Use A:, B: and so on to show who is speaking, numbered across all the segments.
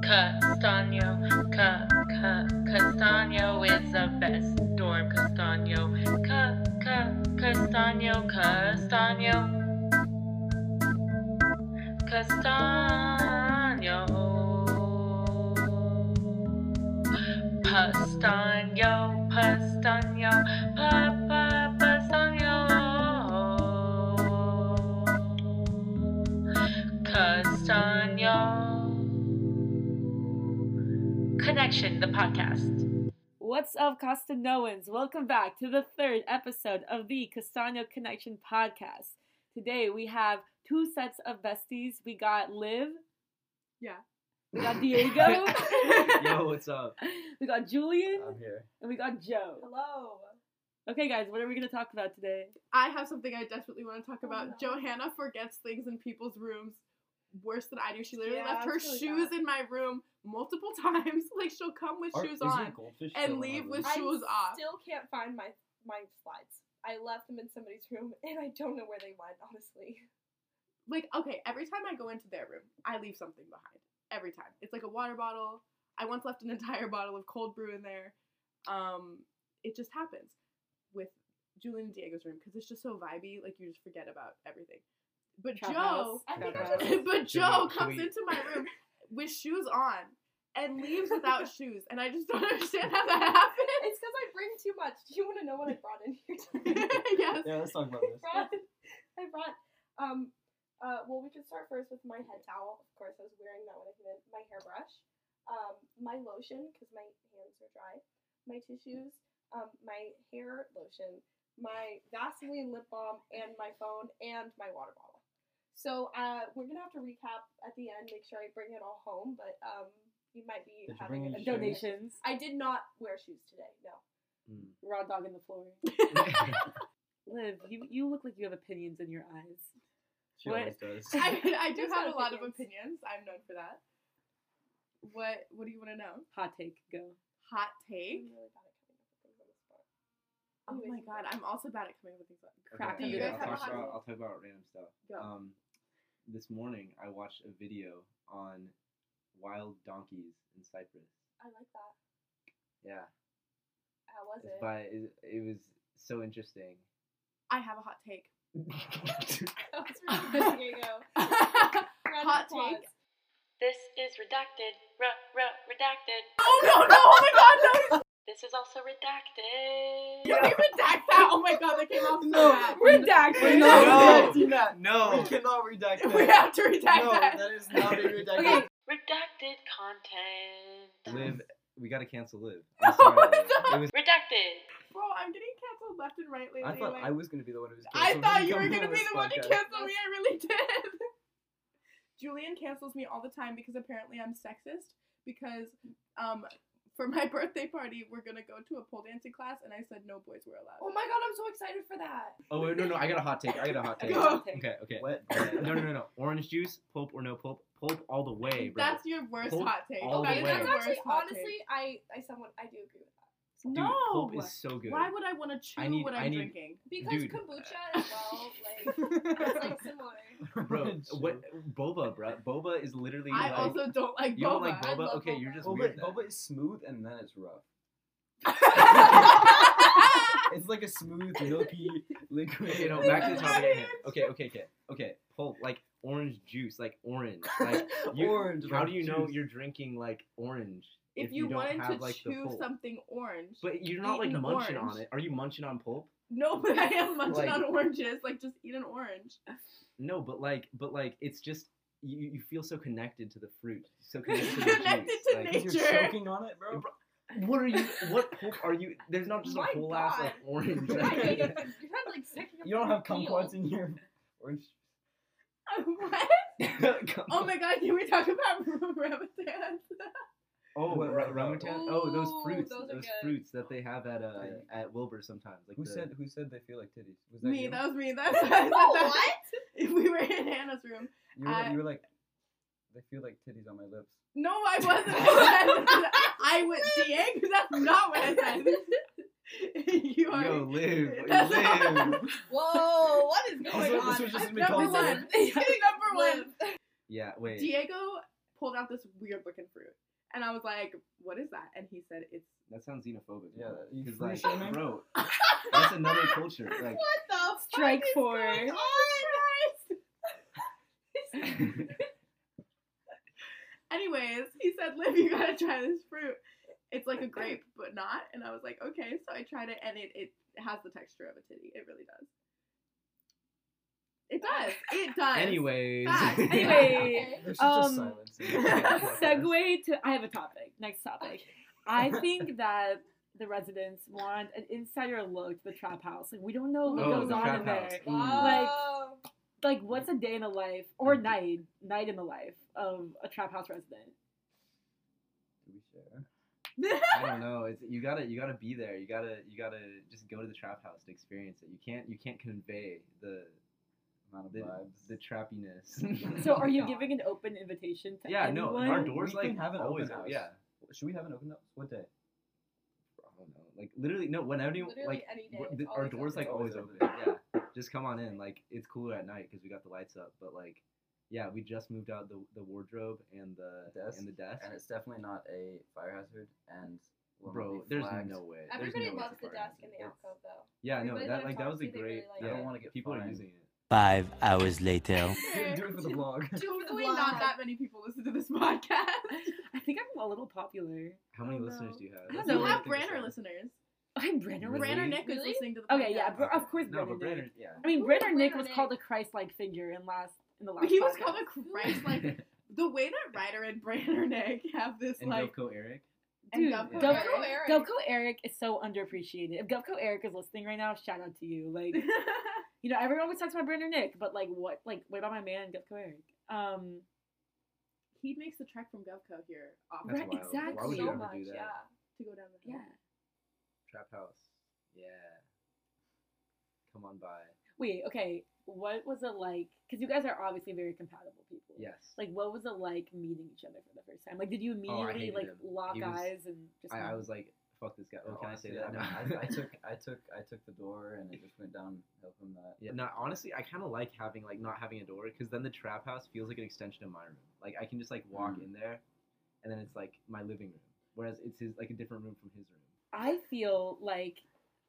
A: Castaño. Ca, ca, Castaño is the best dorm. Castaño. Ca, ca, Castaño. Castaño. Castaño. Pastanio, Pastanio, Papa Pastanio. Castanio. Connection, the podcast.
B: What's up, Castanoans? Welcome back to the third episode of the Castano Connection podcast. Today we have two sets of besties. We got Liv.
C: Yeah.
B: We got Diego.
D: Yo, what's up?
B: we got Julian.
D: I'm here.
B: And we got Joe.
C: Hello.
B: Okay, guys, what are we going to talk about today?
C: I have something I desperately want
E: Oh,
C: to talk about. Johanna forgets things in people's rooms worse than I do. She literally
E: Yeah,
C: left her
E: that's really
C: shoes
E: bad.
C: in my room multiple times. Like she'll come with
D: Are-
C: shoes
D: is there
C: on.
D: goldfish
C: and
D: still in
C: leave
D: our
C: with
D: room?
C: shoes off.
E: still can't find my my slides. I left them in somebody's room, and I don't know where they went. Honestly,
C: Like okay, every time I go into their room, I leave something behind. Every time. It's like a water bottle. I once left an entire bottle of cold brew in there. Um, it just happens with Julian and Diego's room because it's just so vibey. Like you just forget about everything. But
B: Trap
C: Joe.
B: house, trap
E: I think I
B: house.
E: just-
C: but
D: Should
C: Joe
D: we- should
C: comes
D: we-
C: into my room with shoes on and leaves without shoes, and I just don't understand how that
E: it's because I bring too much. Do you want to know what I brought in here? Today?
C: happened. yes.
D: Yeah, let's talk about
E: I
D: this.
E: brought, I brought. Um, uh, well, we can start first with my head towel. Of course, I was wearing that when I came in. My hairbrush, um, my lotion because my hands are dry. My tissues, um, my hair lotion, my Vaseline lip balm, and my phone and my water bottle. So uh, we're gonna have to recap at the end. Make sure I bring it all home, but um, you might be
D: Did you
E: having
D: bring
E: a
D: any shoes?
B: Donations.
E: I did not wear shoes today. No.
D: Mm.
B: Raw dog in the floor. Liv, you, you look like you have opinions in your eyes.
D: she
B: What?
D: always does.
C: I, I do
E: There's
C: have
E: no
C: a lot of opinions.
E: opinions.
C: I'm known for that. What What do you want to know?
B: Hot take, go.
C: Hot
E: I'm
C: take.
E: really bad at coming up with things on the spot.
C: Oh my
E: Anyways,
C: god, I'm also bad at coming up with these.
B: Crack
D: okay,
C: Do you
D: okay,
C: guys
D: I'll,
C: have a
D: talk
C: hot
D: about,
C: take?
D: I'll talk about random stuff.
C: Go.
D: Um, this morning I watched a video on wild donkeys in Cyprus.
E: I like that.
D: Yeah,
E: How was
D: it's
E: it?
D: by it, it was so interesting.
C: I have a hot take.
E: That was really good, Diego.
C: Oh,
E: Round of
C: Hot
E: applause.
C: take.
F: This is redacted. Re- re- redacted.
C: oh no no! Oh my god no!
F: This is also redacted.
C: You can redact that. Oh my god, that came off so
D: No.
C: bad.
B: Redacted.
D: No.
C: redacting that.
D: no, we cannot redact
C: We have to redact
D: No,
C: that.
D: is not a redact.
B: Okay.
F: Redacted content.
D: Live, we gotta cancel live.
C: No,
D: I'm sorry, Liv.
C: no.
D: It was.
F: Redacted.
C: Bro, I'm getting canceled left and right lately.
D: I thought
C: like-
D: I was gonna be the one who was.
C: I
D: canceled.
C: thought you were
D: Coming
C: gonna
D: on
C: be
D: this
C: the one to
D: podcast.
C: cancel me. I really did. Julian cancels me all the time because apparently I'm sexist. Because um, for my birthday party, we're gonna go to a pole dancing class, and I said no boys were allowed.
E: Oh my god, I'm so excited for that.
D: Oh wait, no, no, I got a hot take. I got a hot take.
C: Go.
B: Hot take.
D: Okay, okay. No, no, no, no. Orange juice, pulp or no pulp, pulp all the way, bro.
C: That's your worst
D: Pulled
C: hot take.
D: all the
C: okay,
D: way.
C: that's
E: that's
D: Wait.
C: worst
E: actually
C: hot
E: honestly,
C: take.
E: I, I somewhat I do agree with that
D: Dude,
C: no.
D: pulp is so good.
C: Why would I want to chew
D: I need-
C: what I'm
D: I need-
C: drinking?
E: because
D: Dude.
E: kombucha as well, like it's like similar.
D: bro, what boba, bro? Boba is literally
C: I
D: like
C: also don't like
D: you don't like
C: boba.
E: I
D: boba.
E: love
D: Okay, you're
E: boba.
D: just
G: Boba,
D: weird. then.
G: boba is smooth and then it's rough. It's like a smooth, milky liquid.
D: Okay, no, back to the topic.
C: I
D: at hand. Okay, okay, okay, okay. Pulp like orange juice, like orange. Like you,
G: Orange,
D: How do
G: orange
D: you know
G: juice.
D: you're drinking like orange
C: if, you,
D: don't
C: wanted
D: have
C: to
D: like the
C: chew
D: pulp?
C: something orange,
D: But you're not
C: eat
D: like
C: an
D: munching on
C: orange.
D: it. Are you munching on pulp?
C: no, but I am munching
D: Like-
C: on oranges. Like just eat an orange.
D: No, but like, but like, it's just you, you feel so connected to the fruit, so connected to the
C: Connected
D: juice.
C: to
D: like,
C: nature.
G: You're choking on it, bro.
D: What are you? What pulp are you? There's not just a
E: My
D: whole ass
E: God.
D: like orange.
E: You're not eating,
D: Like,
E: it, but you're not like sucking up
G: You don't
E: the
G: have kumquats
E: peel.
G: in your orange.
C: what? Oh my god, can we talk about ramatans?
D: oh, what, ra- rambutan? Oh, those
E: Ooh,
D: fruits,
E: those
D: those,
E: are good. juice.
D: fruits that they have at uh,
G: Like-
D: at Wilbur sometimes. Like
G: Who
D: the-
G: said who said they feel like titties? Was that
C: Me,
G: you?
C: that was me. That's I said
E: Oh,
C: that.
E: what?
C: If we were in Hannah's room.
G: you, were,
C: I-
G: you were like, they feel like titties on my lips.
C: No, I wasn't. I was Diego. That's not what I said. you are.
D: Yo, live,
C: That's-
D: live.
E: Whoa, what is
G: This was- this was just
C: I'm
G: been
C: number
G: called
C: one. Number one.
E: Live.
D: yeah, wait.
C: Diego pulled out this weird looking fruit. And I was like, what is that? And he said, it's.
D: That sounds xenophobic.
G: Yeah, that- you
D: because
G: free
D: like,
G: shaming?
D: bro, that's another culture. Like,
C: What the fuck
B: Strike
C: is
B: four.
C: going on? Anyways, he said, Liv, you gotta try this fruit. It's like a grape, but not. And I was like, okay. So I tried it, and it, it has the texture of a titty. It really does. It does. It does.
D: anyways.
C: Facts.
B: Anyway.
G: There's
B: Um,
G: just silence. in the Oh podcast.
B: Segue to I have a topic. Next topic. I think that the residents want an insider look to the trap house. Like we don't know what
D: Oh,
B: goes
D: the
B: on
D: trap
B: in
D: house.
B: there.
D: Mm.
B: Like what's a day in the life or
D: Mm-hmm.
B: night, night in the life of a trap house resident?
G: Do we share?
D: I don't know. It's you gotta you gotta be there. You gotta you gotta just go to the trap house to experience it. You can't you can't convey the
G: Amount of
D: the,
G: vibes.
D: the trappiness.
B: So are you giving an open invitation to
D: Oh Yeah, no,
B: anyone?
D: our doors
G: We
D: like
G: can have an
D: always
G: open house.
D: yeah.
G: Should we have an open up? What day?
D: I don't know. Like literally no when any
E: Literally
D: like
E: any day,
D: w-
E: it's
D: the- our
E: always
D: doors
E: open.
D: like always
G: Always
D: open.
G: open.
D: Yeah, just come on in. Like it's cooler at night because we got the lights up. But like yeah, we just moved out the the wardrobe and the
G: Desk.
D: and the desk.
H: and it's definitely not a fire hazard. And will not
D: Bro,
H: be
D: there's
H: flagged.
D: no way. There's
E: Everybody
D: no way
E: loves
D: it's a
E: the
D: fire
E: desk
D: hazard.
E: in the
D: It's-
E: alcove though.
D: Yeah, no,
E: Everybody
D: that
E: that I
D: like that
E: talk
D: was
E: to,
D: a
E: they
D: great.
E: really like
D: yeah,
E: it.
H: I don't want to get
D: people are
H: fined.
D: using it.
I: Five hours later.
G: Do it for the blog.
C: Truthfully, not that many people listen to this podcast.
B: I think I'm a little popular.
D: How many
B: Oh,
D: listeners
B: no.
D: do you have?
B: I don't
D: That's
B: know.
C: You
D: what
B: I
C: have
D: think it's
C: Branner
D: like.
C: listeners.
B: I'm Brenner.
D: Really?
C: Branner Nick is
E: Really?
C: listening to the podcast.
B: Okay, yeah, br- of course
D: No,
B: Brenner.
D: but
B: Nick.
D: Brandon, yeah.
B: I mean,
E: Who
B: Brenner
E: is
B: Nick
E: Brenner
B: was
E: Nick?
B: called a Christ-like figure in last in the last.
C: He was
B: podcast.
C: called a Christ. Like, the way that Ryder and Branner Nick have this,
D: And
C: like.
D: Yoko Eric.
B: Dude,
C: and Gov-
B: Gov-
E: Gov- Eric.
B: Govco Eric is so underappreciated. If Govco Eric is listening right now, shout out to you. Like, you know, everyone always talks about Brandon Nick, but like, what, like, what about my man Govco Eric? Um,
C: he makes the trek from GovCo here often
D: That's
B: Right,
D: wild. Why
B: exactly.
D: would you
B: So
D: ever do that?
E: yeah.
C: to go down the
B: yeah,
C: hill.
D: Trap house. Yeah. Come on by.
B: wait, okay, what was it like? Because you guys are obviously very compatible people.
D: Yes.
B: Like, what was it like meeting each other for the first time? Like, did you
D: Oh, I
B: immediately
D: hated
B: like
D: him.
B: lock
D: He was-
B: eyes and just?
D: I, I was like, fuck this guy. Oh, can I say
H: Honestly,
D: that?
H: I, mean, I, I took, I took, I took the door, and it just went down. Help him that.
D: Yeah. No, honestly, I kind of like having like not having a door because then the trap house feels like an extension of my room. Like I can just like walk in there, and then it's like my living room. Whereas it's his like a different room from his room.
B: I feel like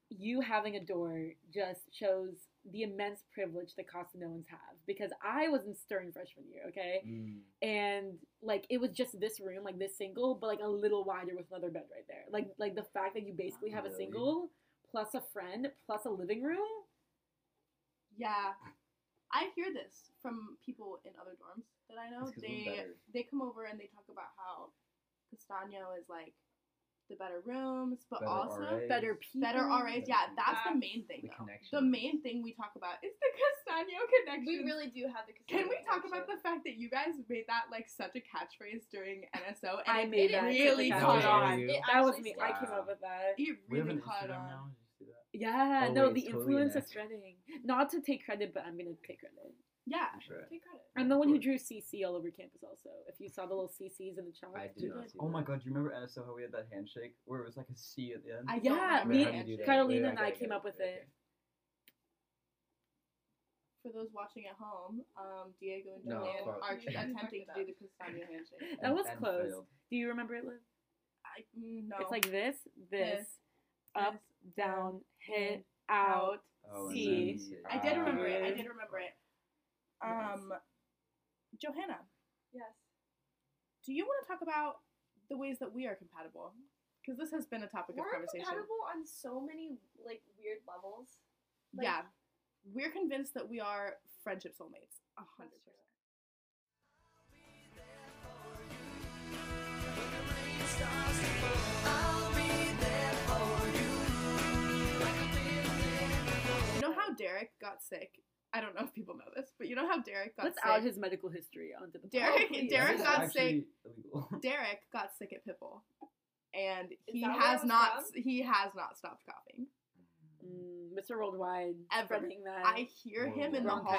B: you having a door just shows the immense privilege that Castellanoans have because I was in Stern freshman year, okay?
G: Mm,
B: And like it was just this room, like this single, but like a little wider with another bed right there. Like like the fact that you basically have a
G: Really?
B: single plus a friend plus a living room.
C: Yeah. I hear this from people in other dorms that I know.
D: That's 'cause we're
C: Oh, They
D: better.
C: they come over and they talk about how Castano is like the better rooms, but
G: Better
C: also
G: RAs.
B: Better people.
C: better RAs.
G: Better
C: Yeah, that's the
E: people.
C: main thing.
D: The
C: though.
D: connection.
C: The main thing we talk about is the Castano connection.
E: We really do have the
C: Can we talk
E: Castano connection.
C: about the fact that you guys made that like such a catchphrase during NSO and
B: I
C: it
B: made that
C: really
B: such a
C: caught
B: catchphrase.
C: on.
D: That
E: It
B: That was
E: actually
B: me.
E: sticks.
B: I came up with that.
C: It
G: We have
C: really
G: an
C: caught
G: Instagram now.
C: on.
G: Did you see that?
B: Yeah,
D: Oh,
B: no,
D: wait,
B: the
D: it's totally
B: influence is
D: next.
B: spreading. Not to take credit, but I'm gonna take credit.
C: Yeah.
D: I'm sure.
E: Take credit.
B: I'm the one who drew CC all over campus. Also, if you saw the little CCs in the chalk,
D: I did not see
G: Oh my
D: that.
G: god, do you remember NSO how we had that handshake where it was like a C at the end?
C: I don't
B: Yeah,
C: remember
B: me-
C: the
D: How do you do that?
C: handshake.
B: Carolina
D: Wait,
B: and I
D: gotta
B: came
D: get
B: up with
D: Okay,
B: it.
C: for those watching at home, um, Diego and
D: No,
C: Julian
D: fuck.
C: are
E: We
C: attempting to
E: fucked
C: do
E: it
C: the Castagna handshake.
B: That
G: And-
B: was
G: and
B: close.
G: failed.
B: Do you remember it, Liv?
C: I mm, no.
B: It's like this, this, up, down, hit,
C: out.
B: out.
G: Oh, and
B: C.
G: then- uh,
C: I did remember it. I
B: Alright.
C: did remember it. Um, Johanna,
E: Yes.
C: do you want to talk about the ways that we are compatible? Because this has been a topic of
E: We're
C: conversation.
E: compatible on so many like weird levels. Like,
C: yeah, we're convinced that we are friendship soulmates. A hundred
E: That's true.
C: percent. You know how Derek got sick? I don't know if people know this, but you know how Derek got
B: Let's
C: sick.
B: out his medical history onto the
C: Derek-
B: pod, please.
C: Derek
G: That's
C: got
G: actually illegal.
C: Derek got sick at Pipple, and he
E: that where it
C: has
E: was
C: not
E: from?
C: he has not stopped coughing.
B: Mm, Mr. Worldwide
C: Ever.
B: spreading that.
C: I hear him in the
B: Bronchitis.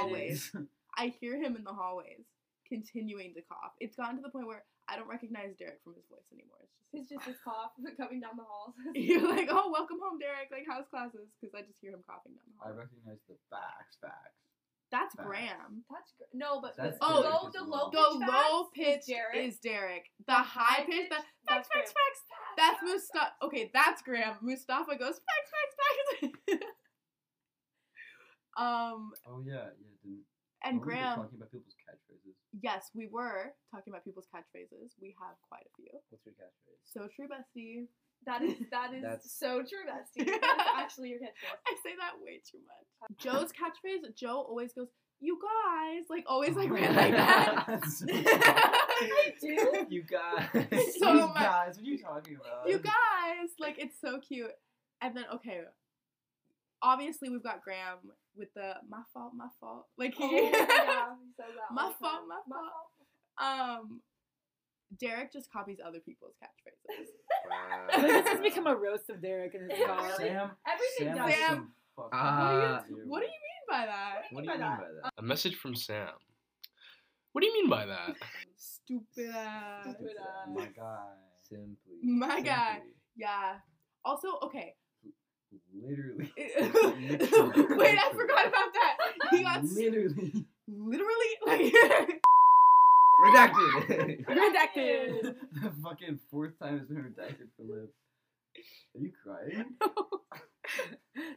C: hallways. I hear him in the hallways continuing to cough. It's gotten to the point where I don't recognize Derek from his voice anymore. It's
E: It's
C: just
E: just his cough coming down the halls.
C: you're like, oh, welcome home, Derek. Like, how's classes? Because I just hear him coughing down the
G: I
C: hallway.
G: recognize the facts, facts.
C: That's
H: Facts.
C: Graham.
E: That's gr- no, but the
H: That's
C: different
E: low,
H: as
E: the
H: well.
E: low,
C: The low pitch is Derek. The high pitch, that facts,
E: Graham.
C: facts, facts. That's Mustafa. Okay, that's Graham. Mustafa goes facts, facts, facts. um,
H: Oh yeah, yeah. Didn't,
C: and
H: were we
C: Graham.
H: talking about people's catchphrases.
C: Yes, we were talking about people's catchphrases. We have quite a few.
H: What's your catchphrase?
C: So true, bestie.
E: That is that is
D: That's-
E: so true, bestie. That's actually your catchphrase.
C: I say that way too much. Joe's catchphrase. Joe always goes, "You guys," like always, like ran like that.
E: I do.
G: You guys.
C: So
G: you
C: much.
G: guys, what are you talking about?
C: you guys like it's so cute and then okay obviously we've got graham with the my fault my fault like he
E: Oh, yeah, he says that all
C: My
E: the time.
C: fault, my
E: My
C: fault.
E: fault.
C: um derek just copies other people's catchphrases
B: Like, this has become a roast of Derek and his
E: It
B: dog.
E: really-
G: Sam. Sam.
E: Everything does.
G: has
C: Sam.
G: some fucking-
J: Ah.
C: what do you mean by that
H: What do you mean by that?
J: A message from Sam. What do you mean by that?
C: stupid ass
E: Stupid
G: uh,
E: ass.
H: My guy. Simply.
C: My guy.
H: Simply.
C: yeah also okay
H: Literally.
C: wait
H: Literally.
C: i forgot about that he got s-
H: Literally.
C: literally like
H: Redacted.
C: redacted
H: the fucking fourth time it's been redacted for Liv. Are you crying?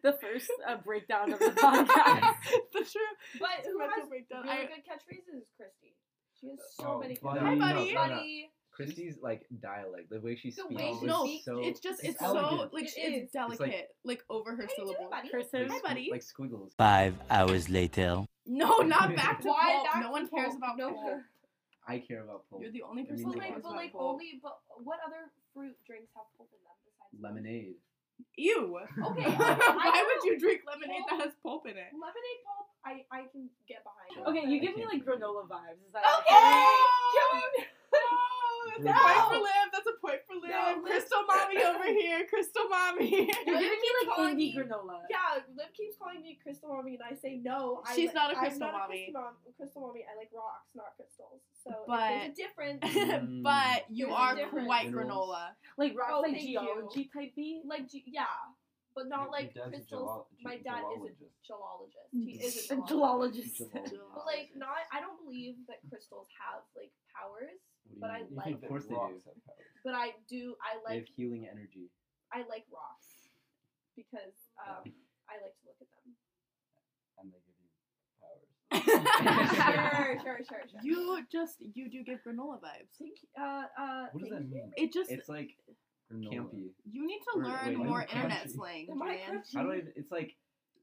B: the first uh, breakdown of the podcast.
C: the true
E: But who
C: Mental
E: has
C: breakdown.
E: really
C: I-
E: good catchphrases is Christy. She has so
H: Oh,
E: many.
H: buddy.
C: Hi,
E: good-
C: buddy.
H: No, no, no.
E: Buddy.
D: Christy's like dialect, the way she
E: The
D: speaks,
E: way
D: is
E: she
C: No,
E: speaks,
D: so
C: it's just
H: it's
C: it's, so
H: elegant.
C: like
E: It
C: it's,
E: is.
C: delicate, like, over her
E: How you doing,
C: syllable.
E: buddy?
B: Cursive.
C: Hi, buddy.
D: like squiggles.
I: Five hours later.
C: No, not back to
E: Why
C: pulp.
E: back
C: No
E: to
C: one cares
E: pulp?
C: about
E: No.
C: pulp.
D: I care about pulp.
C: You're the only
D: It means
C: person that
D: Well,
E: But like,
C: cares
E: but
C: about
E: like
C: pulp.
E: only. But what other fruit drinks have pulp in them besides
D: Lemonade.
C: Ew.
E: Okay.
C: Why
E: I
C: would you drink lemonade
E: Pulp.
C: that has pulp in it?
E: Lemonade pulp. I I can get behind.
B: Okay, you
E: get.
B: give me like granola vibes. Is that
E: Okay.
C: No, that's a point for Liv. That's a point for Liv.
E: No, Liv-
C: Crystal mommy over here. Crystal mommy.
B: You're
E: Liv
B: giving me like
E: calling
B: indie
E: me-
B: granola.
E: Yeah, Liv keeps calling me crystal mommy, and I say no. I
C: She's
E: li-
C: not a
E: I'm
C: crystal
E: not
C: mommy.
E: A crystal, mom- crystal mommy. I like rocks, not crystals. So if
C: But-
E: there's a difference.
D: Mm.
C: but you
E: There's a
C: are
E: difference.
C: quite
H: Minerals.
C: granola.
B: Like rocks
E: Oh,
B: like
E: thank you.
B: geology type B.
E: like ge- yeah, but not like crystals. My dad is a geologist. He is a
B: A
E: geologist.
B: geologist.
E: But like not, I don't believe that crystals have like powers. But I
H: You
E: like,
H: think
D: Of course
H: that
D: they do.
H: rocks have powers.
E: but I do. I
D: They
E: like
D: have healing energy.
E: I like rocks because um, I like to look at them.
H: And they give you powers.
E: sure, sure, sure, sure.
C: you just you do give granola vibes.
E: think? Uh, uh,
H: What does
E: thank
H: that
E: you.
H: mean?
C: It just
D: It's like
H: Granola.
D: campy.
C: you need to
D: Wait,
C: learn
D: wait,
C: more
D: I'm
C: internet
H: crunchy.
C: slang.
E: Am I
C: Julian.
E: crunchy?
D: I don't even. It's like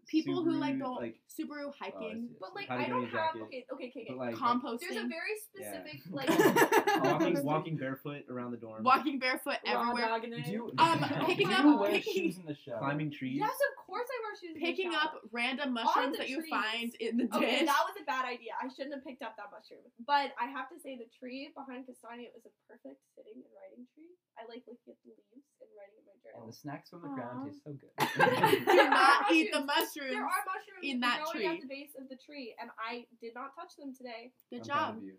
C: people who like
D: Subaru,
C: don't
D: like
C: Subaru
H: Oh, I
C: hiking,
H: see, I
E: But
H: see.
E: like,
D: How to
E: I
D: get
E: don't
D: a
E: have.
D: jacket.
E: Okay, okay, okay.
D: but like
E: There's a
C: composting,
E: very specific like.
D: walking, walking barefoot around the dorm,
C: walking barefoot everywhere,
B: Raw
H: Do you,
C: Um,
H: do
C: picking
H: you
C: up-
H: wear
C: picking-
H: shoes in the shower?
D: climbing trees.
E: yes, of course I wear shoes. in the
C: picking
E: shower.
C: up random
E: On
C: mushrooms
E: the
C: that you
E: trees.
C: find in the
E: Okay,
C: dish.
E: that was a bad idea. I shouldn't have picked up that mushroom. But I have to say, the tree behind Castania was a perfect sitting and writing tree. I like looking at the leaves and writing in my
H: And the
E: journal.
H: snacks from the
B: Aw.
H: ground taste so
E: There
H: good.
C: Do
E: are
C: not eat the
E: mushrooms.
C: mushrooms.
E: There are mushrooms
C: in that
E: growing
C: tree.
E: at the base of the tree, and I did not touch them today.
C: Good
H: I'm proud
C: job.
H: of you.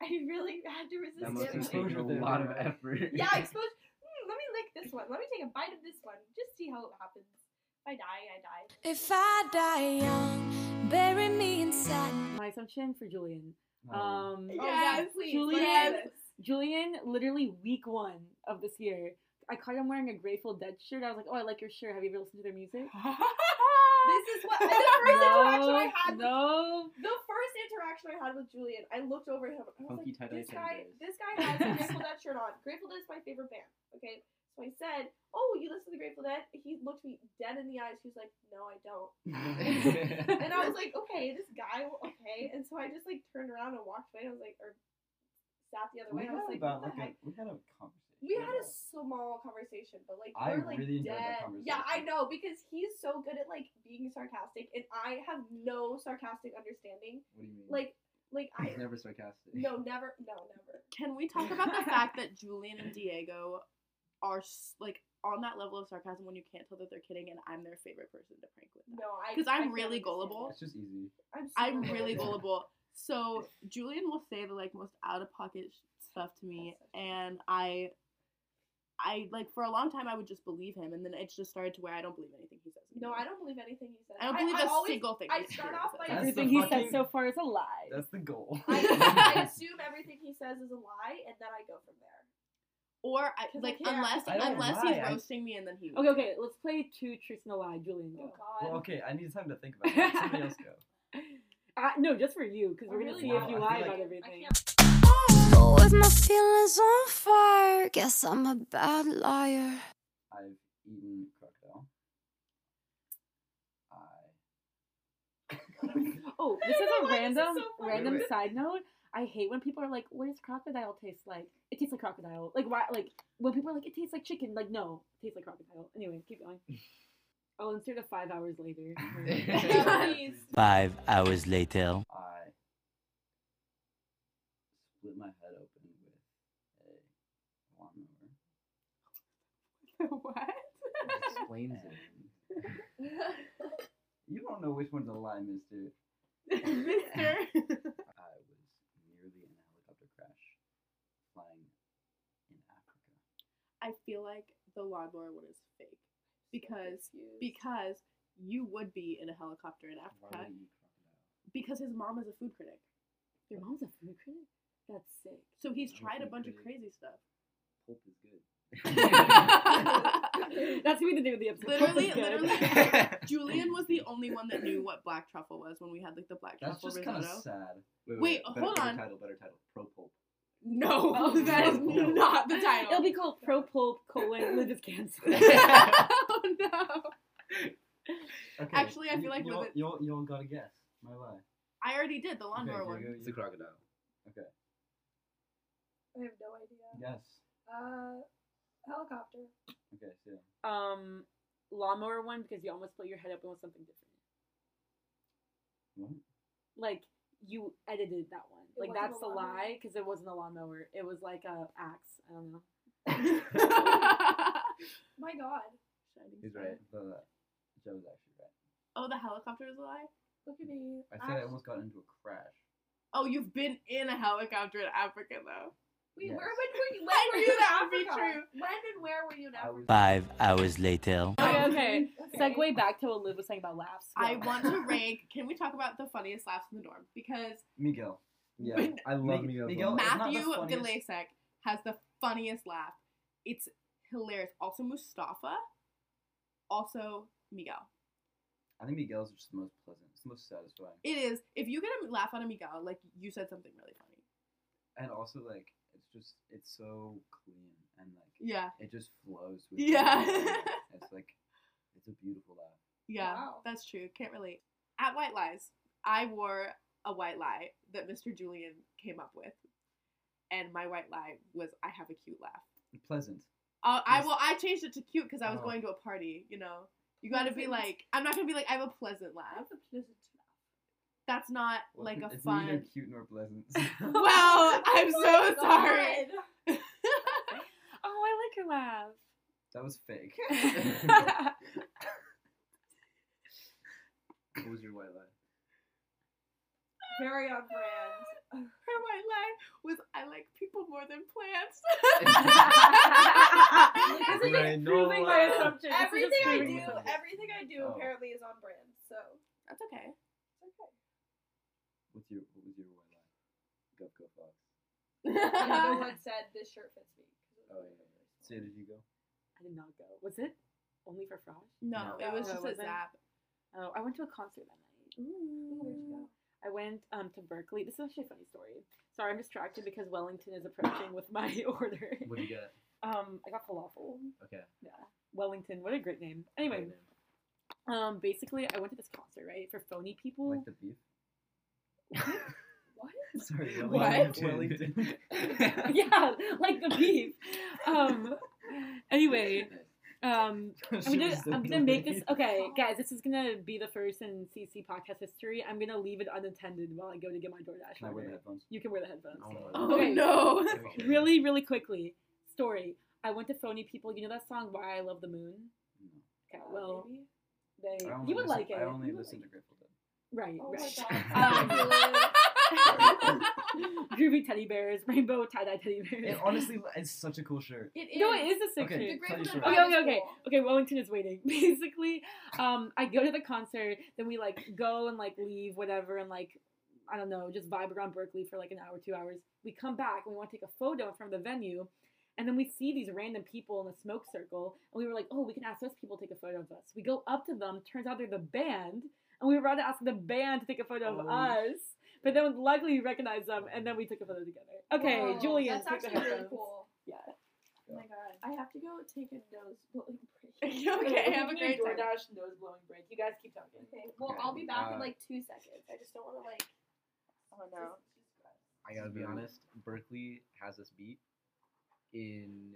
E: I really had to resist
D: That must
E: it.
D: have taken a
H: Exposure
D: lot of
H: therapy.
D: effort.
E: yeah, exposure. Hmm, let me lick this one. Let me take a bite of this one. Just see how it happens. If I die, I die. Oh,
K: If I die young, bury me inside.
B: My assumption for Julian.
H: No.
B: Um,
C: Oh, yeah, Yes,
E: please.
B: Julian.
E: yes.
B: Julian, literally week one of this year, I caught him wearing a Grateful Dead shirt. I was like, oh, I like your shirt. Have you ever listened to their music?
E: This is what the first interaction I had. with-
B: No.
E: The first interaction I had with Julian, I looked over at him. and I was
D: Funky
E: like,
D: tie-dye
E: this guy,
D: tangas.
E: this guy has a Grateful Dead shirt on. Grateful Dead is my favorite band. Okay, so I said, "Oh, you listen to Grateful Dead?" He looked me dead in the eyes. He was like, "No, I don't." And I was like, "Okay, this guy, okay." And so I just like turned around and walked away. I was like, or sat the other
H: we
E: way.
H: had
E: I was like,
H: about
E: "What
H: like
E: the heck?"
H: a, we had a conversation.
E: We had a
H: about-
E: small conversation, but like
H: I
E: we're like
H: really enjoyed
E: dead.
H: that
E: Yeah, I
H: conversation.
E: know because he's so good at like being sarcastic, and I have no sarcastic understanding.
D: What do you mean?
E: Like, like I
D: It's never sarcastic.
E: no, never, no, never.
C: Can we talk about the fact that Julian and Diego are s- like on that level of sarcasm when you can't tell that they're kidding, and I'm their favorite person to prank with.
E: No, I
C: 'Cause
E: I
C: I'm
E: can't
C: really
E: understand
C: gullible.
E: it.
H: It's just easy.
E: I'm,
C: I'm
E: super
C: really gullible. So Julian will say the like most out of pocket sh- stuff to me,
E: That's so
C: and I I like for a long time I would just believe him, and then it just started to where I don't believe anything he says.
E: No, I don't believe anything he says.
C: I don't believe a
E: always-
C: single thing
E: I
C: he
E: start
C: says.
E: off by
C: That's
B: Everything
E: assuming-
B: he said so far is a lie.
G: That's the goal.
E: I, I assume everything he says is a lie, and then I go from there. Oh,
C: Or I,
E: 'Cause I
C: like
E: can't-
C: unless
G: I don't
C: unless
G: lie,
C: he's
G: I-
C: roasting me, and then he.
B: Okay, okay, let's play two truths and a lie, Julian. Go.
E: Oh God.
G: Well, okay, I need time to think about it. Somebody else go.
B: Uh, no, just for you, because
E: I
B: we're gonna
E: really
B: see
G: don't.
B: if you
G: I
B: lie
G: feel
B: about
G: like-
E: I
B: everything.
E: can't.
K: With my feelings on fire, guess I'm a bad liar.
H: I've eaten crocodile. I.
B: Oh, this
E: I
B: is
E: know,
B: a
E: why this is
B: random,
E: so funny.
B: random
H: Wait, wait.
B: side note. I hate when people are like, "What does crocodile taste like?" It tastes like crocodile. Like why? Like when people are like, "It tastes like chicken." Like no, it tastes like crocodile. Anyway, keep going. I'll insert a five hours later.
E: Please.
I: Five hours later.
H: I split my head open with a lawnmower.
C: what?
D: Explains it.
H: And you don't know which one's a lie, mister.
C: Mister.
H: I was nearly in a helicopter crash flying in Africa.
C: I feel like the lawnmower one is fake because
E: Confused.
C: because you would be in a helicopter in
H: Why
C: Africa
H: would I eat crocodile?
C: because his mom is a food critic,
B: Your mom's a food critic. That's sick.
C: so he's
D: I'm a
C: tried a
D: food
C: bunch of
D: critic.
C: crazy stuff.
D: Pulp is good.
B: That's gonna be the name of the episode.
C: Literally,
B: That's good.
C: literally. Julian was the only one that knew what black truffle was when we had like the black
H: That's
C: truffle
H: just kind of
C: risotto.
H: sad.
D: Wait,
C: Wait,
D: better,
C: hold
D: better
C: on.
D: title, better title. Pro pulp.
C: No,
B: Oh,
C: that is
D: no.
C: not the title.
B: It'll be called Pro Pulp colon Live is Canceled.
C: oh no!
G: Okay,
C: Actually, I
G: you-
C: feel like
G: you all,
C: with it-
G: you all, you all gotta guess my lie.
C: I already did the lawnmower
G: Okay,
C: one.
G: go, go,
D: It's
G: you-
D: a crocodile.
E: I have no idea.
G: Yes.
E: Uh, helicopter.
H: Okay, so
B: um, lawnmower one because you almost split your head open with something different.
H: what?
B: Like you edited that one.
E: It
B: like
E: wasn't
B: that's
E: a
B: the
E: lawnmower.
B: lie because it wasn't a lawnmower. It was like a axe. I don't know.
E: My God.
H: He's right. The Joe's actually right.
C: Oh, the helicopter is a lie.
E: Look at me.
H: I said I
E: Ash-
H: almost got into a crash.
C: Oh, you've been in a helicopter in Africa though.
E: Wait,
H: Yes.
E: where when were you? When
C: That
E: were you in
C: can't be
E: Africa?
C: true.
E: When and where were you in
H: I was-
E: Africa?
I: Five hours later.
B: Okay, okay.
E: Okay.
B: Segue back to what Liv was saying about laughs.
C: I
B: Go.
C: want to rank. Can we talk about the funniest laughs in the dorm? Because
G: Miguel.
D: Yeah,
C: Wait,
D: I love
G: Mi-
D: Miguel's
G: Miguel-
D: laugh.
G: it's not the
C: Matthew
G: funniest.
C: Galasek has the funniest laugh. It's hilarious. Also Mustafa. Also Miguel.
H: I think Miguel's are just the most pleasant. It's the most satisfying.
C: It is. If you get a laugh out of Miguel, like you said something really funny.
H: And also, like, it's just, it's so clean and, like,
C: Yeah.
H: it just flows with
C: Yeah.
H: everything. it's like, it's a beautiful laugh.
C: Yeah.
E: Wow.
C: That's true. Can't relate. At White Lies, I wore a white lie that Mr. Julian came up with. And my white lie was I have a cute laugh.
H: Pleasant.
C: Uh, I
H: Yes.
C: well, I changed it to cute because I was
H: Oh.
C: going to a party. You know, you got to be
E: Pleasant.
C: like, I'm not gonna be like I have a pleasant
E: I
C: laugh.
E: have a pleasant laugh.
C: That's not
H: Well,
C: like a
H: it's neither
C: fun.
H: cute nor pleasant.
C: Wow, I'm
E: Oh
C: so
E: my
C: sorry.
E: God.
B: Oh, I like your laugh.
H: that was fake.
D: What was your white lie?
E: Very on brand.
C: Her white lie was I like people more than plants.
B: This is
G: Right,
B: just
G: no
B: proving my
G: lie.
B: assumption. This is
E: everything
B: just
E: I
B: proving
E: do,
B: my assumption.
E: everything I do
H: Oh.
E: apparently is on brand. So
C: That's okay.
E: okay.
H: What's your, what was your one line? Go, go, Fox.
E: Another one said, "This shirt fits me."
H: Oh, yeah. So, did you go?
B: I did not go. Was it only for Frosh?
C: No,
B: No.
C: it was
B: No, it
C: just a
B: wasn't.
C: zap.
B: Oh, I went to a concert that night.
E: Where'd you go?
B: I went um, to Berkeley. This is actually a funny story. Sorry, I'm distracted because Wellington is approaching with my order.
D: What did you get?
B: Um, I got falafel.
D: Okay.
B: Yeah, Wellington. What a great name. Anyway,
D: Great name.
B: um, basically, I went to this concert right for phony people.
H: Like the beef?
B: what?
G: Sorry,
C: What?
G: Wellington.
D: Wellington.
B: yeah, like the beef. Um. Anyway,
H: Nice.
B: um,
G: She
B: I'm gonna,
G: was so
B: I'm gonna make this
G: delayed.
B: okay, guys. This is gonna be the first in CC podcast history. I'm gonna leave it unattended while I go to get my DoorDash.
H: Can I wear the
B: order.
H: headphones?
B: You can wear the headphones.
D: Oh my
C: Oh
B: Okay.
C: no.
D: Okay.
B: really, really quickly, story. I went to Phony People. You know that song "Why I Love the Moon."
H: No.
E: Oh
B: Okay, well,
E: Maybe.
B: they
H: I only
B: you would
H: listen-
B: like it.
H: I only
B: You would
H: listen
B: like
H: to Grateful Dead.
B: it. Right, Um,
E: Oh
B: right.
E: my Oh god.
B: Groovy teddy bears, rainbow tie dye teddy bears.
G: It honestly is such a cool shirt.
E: It
B: No,
E: is.
B: it is a sick
G: Okay,
B: shirt.
G: The Grateful
E: Dead
B: Okay,
E: Vibe is
B: okay, okay,
E: cool.
B: okay. Wellington is waiting. Basically, um, I go to the concert, then we like go and like leave, whatever, and like I don't know, just vibe around Berkeley for like an hour, two hours. We come back and we want to take a photo in front of the venue, and then we see these random people in the smoke circle, and we were like, oh, we can ask those people to take a photo of us. We go up to them. Turns out they're the band, and we were about to ask the band to take a photo of
G: Oh,
B: us. But then luckily we recognized them, and then we took a photo together. Okay,
E: Whoa,
B: Julian,
E: That's
B: take the
E: actually
B: headphones.
E: really cool.
B: Yeah.
E: Oh my god. I have to go take a nose blowing break.
C: okay, have a great time.
B: DoorDash nose blowing break. You guys keep talking.
E: Okay. Well, I'll be back in
D: Uh,
E: like two seconds. I just don't want to like.
C: Oh no.
D: I gotta be honest, Berkeley has us beat in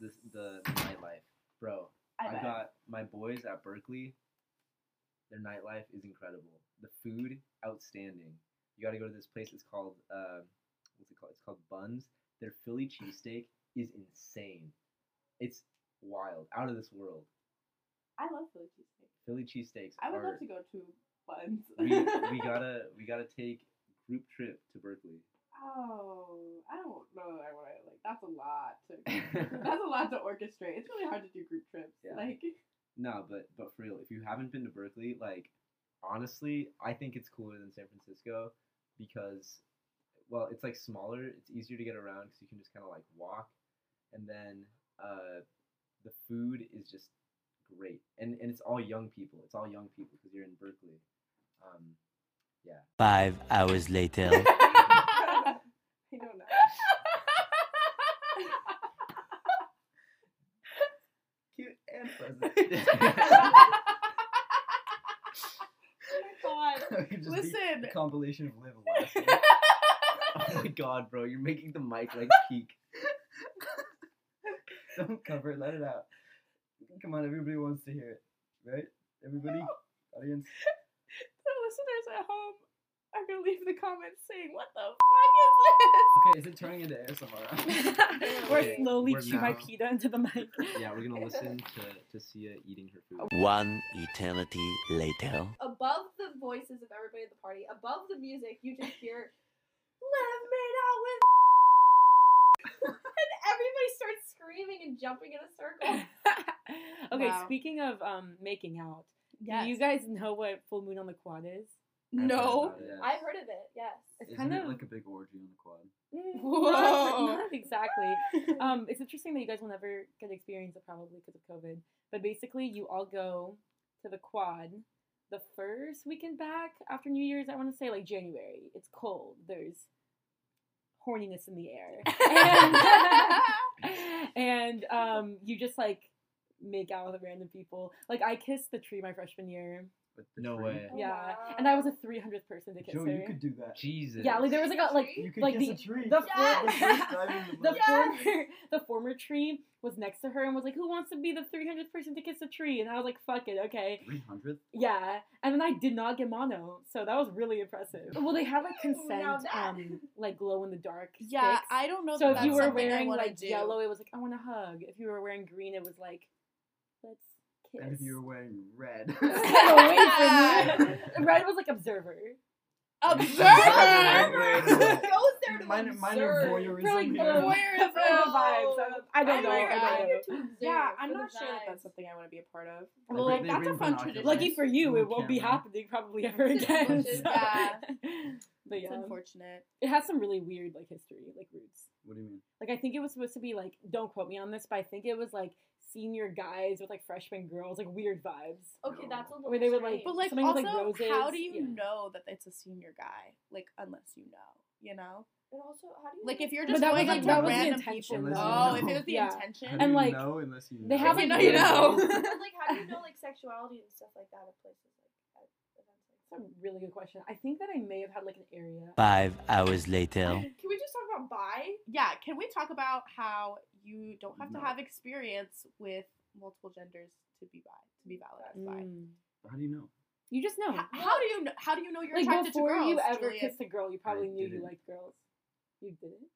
D: the the nightlife, bro.
C: I
D: have
C: bet.
D: got my boys at Berkeley. Their nightlife is incredible. The food, outstanding. You gotta go to this place. It's called uh, what's it called? It's called Buns. Their Philly cheesesteak is insane. It's wild, out of this world.
C: I love Philly cheesesteak.
D: Philly cheesesteaks
C: I would
D: are.
C: love to go to buns.
D: we, we gotta we gotta take group trip to Berkeley.
C: Oh, I don't know that I want to like. That's a lot to. that's a lot to orchestrate. It's really hard to do group trips.
D: Yeah.
C: Like,
D: No, but but for real, if you haven't been to Berkeley, like honestly, I think it's cooler than San Francisco because, well, it's like smaller. It's easier to get around because you can just kind of like walk, and then uh, the food is just great, and and it's all young people. It's all young people because you're in Berkeley. Um, yeah.
I: Five hours later.
C: I don't know.
D: Cute and pleasant.
B: God.
G: Just be
C: Listen.
G: a compilation of live Alaska.
D: oh my god, bro! You're making the mic like peak.
G: Don't cover it. Let it out. Come on, everybody wants to hear it, right? Everybody, audience.
C: the listeners at home are gonna leave the comments saying, "What the fuck
G: Okay, is it turning into ASMR?
C: is this?"
B: Or
D: Okay,
B: slowly
D: we're
B: chew my
D: now-
B: pita into the mic.
D: Yeah, we're gonna listen to to Sia eating her food.
I: One eternity later.
E: Above the voices of everybody at the party, above the music, you just hear, "Live made out with," and everybody starts screaming and jumping in a circle.
B: okay,
C: Wow.
B: speaking of um making out,
C: Yes.
B: do you guys know what full moon on the quad is?
C: no.
E: I've heard of it. Yes.
B: It's
H: Isn't
B: kind
H: it
B: of
H: like a big orgy on the quad?
B: Mm,
C: Whoa.
B: Not, not exactly. um, it's interesting that you guys will never get to experience it probably because of COVID. But basically, you all go to the quad the first weekend back after New Year's. I want to say like January. It's cold. There's horniness in the air, and, and, um, you just like make out with random people. Like I kissed the tree my freshman year.
H: With the
D: No
H: tree?
D: way.
E: Oh,
B: yeah,
E: wow.
B: and I was the 300th person to kiss
G: Joe,
B: her.
G: you could do that.
D: Jesus.
B: yeah, like there was like a like
G: You could
B: Like
G: kiss
B: the-
G: a tree.
B: the
E: Yes!
G: The first time in the
B: the
G: movie.
B: former the former tree was next to her and was like, "Who wants to be the 300th person to kiss a tree?" And I was like, "Fuck it, okay."
H: 300th?
B: Yeah, and then I did not get mono, so that was really impressive. Well, they have like
E: Now
B: consent,
E: that-
B: um, like glow in the dark.
C: Yeah, I don't know.
B: So
C: that
B: if you
C: that's
B: were
C: something I
B: wearing
C: wanna
B: like
C: do.
B: yellow, it was like I want a hug. If you were wearing green, it was like let's kiss.
G: And if you were wearing red.
B: Get away from me. Red was like observer.
C: observer.
E: Who goes there to
G: Minor, minor
E: observe?
G: voyeurism.
B: Really
G: here.
B: good.
C: Voyeurism.
B: Voyeurism vibes. I don't
C: I'm
B: know.
C: weird.
B: I don't
C: I'm
B: know.
E: To observe
C: Yeah, I'm
E: for
C: not
E: the
C: sure that
E: vibes.
C: that's something I want to be a part of.
B: Well,
G: They-
B: like,
G: they
C: that's a
G: bring
C: fun
G: binoculars.
C: tradition.
B: Lucky for you, it
G: Little
B: won't be
G: camera.
B: happening probably ever
E: It's
B: again.
E: bullshit,
B: so-
C: yeah.
B: but yeah,
C: It's unfortunate.
B: it has some really weird like history, like roots.
G: What do you mean?
B: Like I think it was supposed to be like, don't quote me on this, but I think it was like senior guys with like freshman girls, like weird vibes.
E: Okay, that's a little.
B: Where they would, like,
E: strange.
C: But like,
B: Something with,
C: also,
B: like,
C: how
B: roses,
C: do you
B: yeah.
C: know that it's a senior guy? Like, unless you know, you know.
E: And also, how do you
C: Like, if you're
B: But
C: just
B: that
C: going
B: was,
C: up
B: like,
C: to
B: that was the
C: random
B: intention,
C: people.
G: though.
C: Oh, if it was the
B: Yeah.
C: intention.
G: How
B: And,
G: do you
B: like,
G: know unless you know?
B: they have
C: If
B: like
C: you know, you know.
E: like how do you know like sexuality and stuff like that at places like at events like
B: That's a really good question. I think that I may have had like an area.
I: Five hours later.
E: Can we just talk about bi?
C: yeah, can we talk about how you don't have
G: No.
C: to have experience with multiple genders to be bi, to be valid as bi?
B: Mm.
G: How do you know?
B: You just know.
C: How, how do you know? How do you know you're
B: like
C: attracted to
B: before
C: girls?
B: you ever
C: Julian?
B: kissed a girl, you probably knew you
G: didn't.
B: liked girls. You didn't.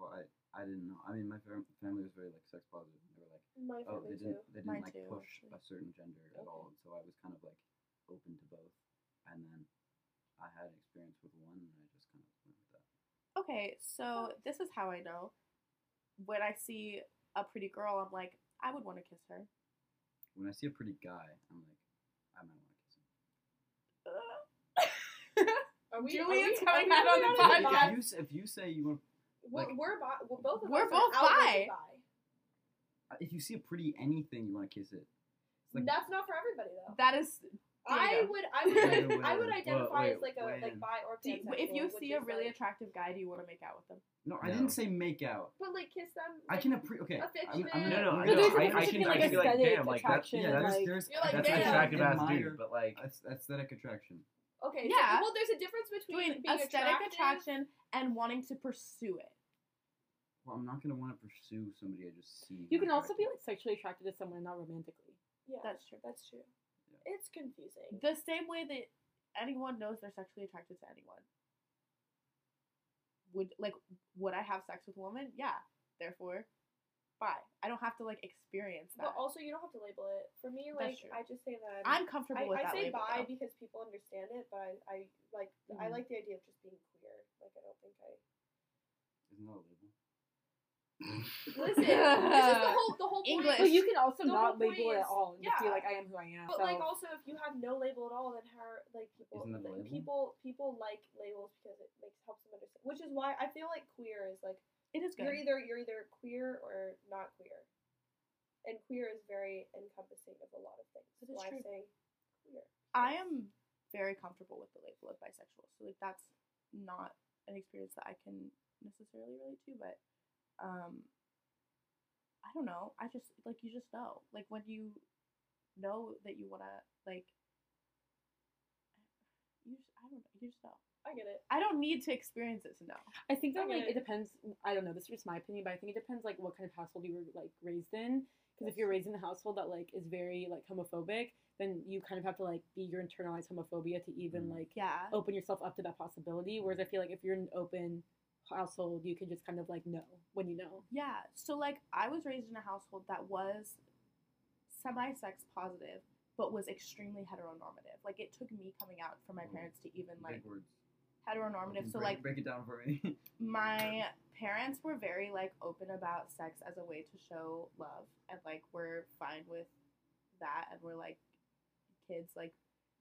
H: Well, I, I didn't know. I mean, my fam- family was very like sex positive. They were like,
E: My
H: oh,
E: family
H: they didn't,
E: too.
H: they
C: Mine
H: didn't like
C: too,
H: push
C: actually.
H: a certain gender at all. So I was kind of like open to both. And then I had an experience
C: okay, so this is how I know. When I see a pretty girl, I'm like, I would want to kiss her.
H: When I see a pretty guy, I'm like, I might want to kiss him.
E: Are we,
C: Julian's
E: are we,
C: coming
E: are we
C: out
B: Oh
C: on the
E: really
H: If
E: bi-
H: you, s- if you say you want,
E: We're,
H: like-
E: we're, bi- well, both of
C: We're
E: us
C: both
E: are outwardly
C: bi.
H: if you see a pretty anything, you want to kiss it. Like-
E: That's not for everybody though.
C: That is,
E: I
C: Diego.
E: would I would
H: Wait,
E: like, I would
H: wait,
E: identify
H: wait,
E: as like a like
H: wait.
E: bi or
C: do you-
E: pansexual.
C: if you
E: which
C: see a
E: is,
C: really
E: like,
C: attractive guy, do you want to make out with him?
H: No, I
D: No.
H: didn't say make out.
E: but like kiss them.
H: I
E: like,
H: can appreciate. Okay, I'm, I'm,
E: affectionate.
D: No, no, I,
B: Well,
D: know.
B: there's a
D: I, I
B: difference
D: can,
B: between, like,
D: I can be like,
B: aesthetic
D: damn, like that's
B: attraction
D: yeah,
B: and,
D: that's,
B: like-
H: there's
E: You're like,
D: that's an
E: damn.
D: attractive ass
H: Admire-
D: dude, but like,
H: that's aesthetic attraction.
E: Okay. so-
C: Yeah.
E: well, there's a difference between
C: Doing
E: being
C: aesthetic
E: attractive.
C: attraction and wanting to pursue it.
H: Well, I'm not gonna want to pursue somebody I just see.
B: You can also be like sexually attracted to someone, not romantically.
E: Yeah,
C: That's true.
E: that's true. It's confusing.
C: The same way that anyone knows they're sexually attracted to anyone. Would like would I have sex with a woman? Yeah. Therefore, bye. I don't have to like experience that.
E: But also, you don't have to label it. For me,
C: That's
E: like
C: true.
E: I just say that
C: I'm comfortable with
E: I,
C: that
E: I say
C: label,
E: bi
C: though. Mm-hmm.
E: because people understand it, but I, I like I
B: Mhm.
E: like the idea of just being queer. Like I don't think I
H: Isn't that a label?
E: listen. this is the whole the whole
C: English.
E: Point.
B: But you can also
E: The
B: not
E: whole
B: label
E: point
B: it at
E: is-
B: all and just be
E: yeah.
B: like, I am who I am.
E: But
B: so.
E: like also, if you have no label at all, then how like people
H: Isn't that the
E: like,
H: label?
E: people people like labels because it makes helps them understand. Which is why I feel like queer is like
C: it is good.
E: you're either you're either queer or not queer, and queer is very encompassing of a lot of things.
C: That
E: That's
C: is
E: why
C: true.
E: I say queer.
C: I am very comfortable with the label of bisexual. So like that's not an experience that I can necessarily relate to, but um I don't know. I just like you just know. Like when you know that you wanna like you just I don't know, you just know.
E: I get it.
C: I don't need to experience it to know.
B: I think that
E: I
B: like it
E: get it.
B: depends. I don't know. This is just my opinion, but I think it depends like what kind of household you were like raised in. Because if you're raised in a household that like is very like homophobic, then you kind of have to like be your internalized homophobia to even
H: Mm.
B: like
C: Yeah.
B: open yourself up to that possibility. Whereas I feel like if you're in an open household, you can just kind of like know when you know.
C: Yeah. So like I was raised in a household that was semi sex positive but was extremely heteronormative. Like it took me coming out for my
H: Mm.
C: parents to even like
H: Big words.
C: heteronormative. So
G: break,
C: like
G: break it down for me.
C: my parents were very like open about sex as a way to show love and like we're fine with that and we're like kids like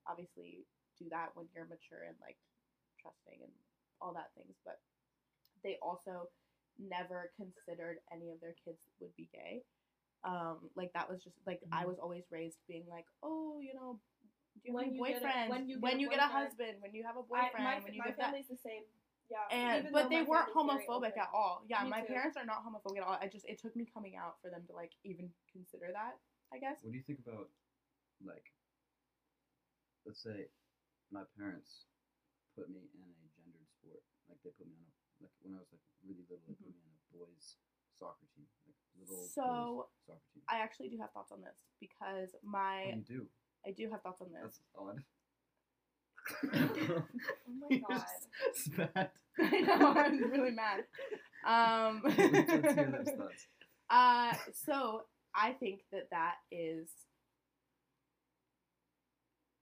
C: obviously do that when you're mature and like trusting and all that things but they also never considered any of their kids would be gay um like that was just like i was always raised being like oh you know do you
E: Mm-hmm. When
C: have any
E: you get a-
C: boyfriends
E: when you get a
C: a
E: boyfriend."
C: husband when you have a
E: I-
C: boyfriend
E: my
C: when you
E: my
C: get that
E: family's the same. Yeah.
C: and
E: even
C: but
E: though
C: they
E: my
C: weren't
E: family's very
C: homophobic
E: open.
C: at all. Yeah,
E: Me
C: my
E: too.
C: parents are not homophobic at all. I just it took me coming out for them to like even consider that. I guess.
H: What do you think about, like, let's say my parents put me in a gendered sport. Like, they put me on a, like, when I was, like, really little, they
C: Mm-hmm.
H: put me on a boys' soccer team. Like, little
C: So,
H: boys' soccer team.
C: I actually do have thoughts on this because
H: What
C: my
H: do you do?
C: I do have thoughts on this.
H: That's odd.
E: Oh my god.
H: Spat.
C: I know I'm really mad. Um,
H: Let's hear those thoughts.
C: uh, so I think that that is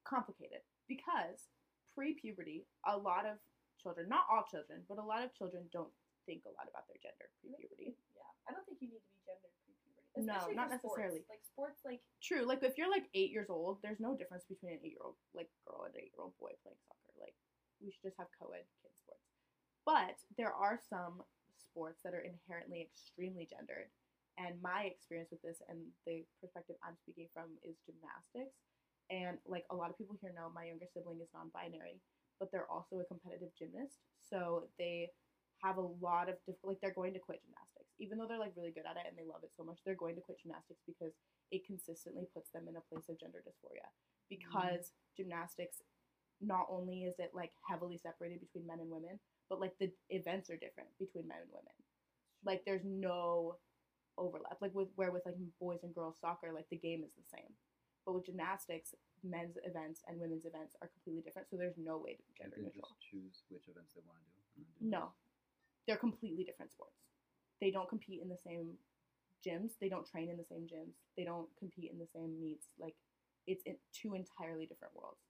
C: complicated because pre-puberty, a lot of children, not all children, but a lot of children don't think a lot about their gender pre-puberty.
E: Yeah. I don't think you need to be gendered pre-puberty.
C: No,
E: especially for
C: not
E: sports.
C: necessarily.
E: Like sports, like
C: True. Like if you're like eight years old, there's no difference between an eight year old like girl and an eight year old boy playing soccer. Like we should just have co ed kids sports. But there are some sports that are inherently extremely gendered. And my experience with this and the perspective I'm speaking from is gymnastics. And like a lot of people here know my younger sibling is non binary, but they're also a competitive gymnast. So they have a lot of diff- like they're going to quit gymnastics. Even though they're like really good at it and they love it so much, they're going to quit gymnastics because it consistently puts them in a place of gender dysphoria because gymnastics not only is it like heavily separated between men and women but like the events are different between men and women like there's no overlap like with where with like boys and girls soccer like the game is the same but with gymnastics men's events and women's events are completely different so there's no way to be
H: Can't
C: gender
H: they
C: neutral
H: just choose which events they want to do? and then do
C: no.
H: those?
C: They're completely different sports. They don't compete in the same gyms. They don't train in the same gyms. They don't compete in the same meets. Like, it's in two entirely different worlds,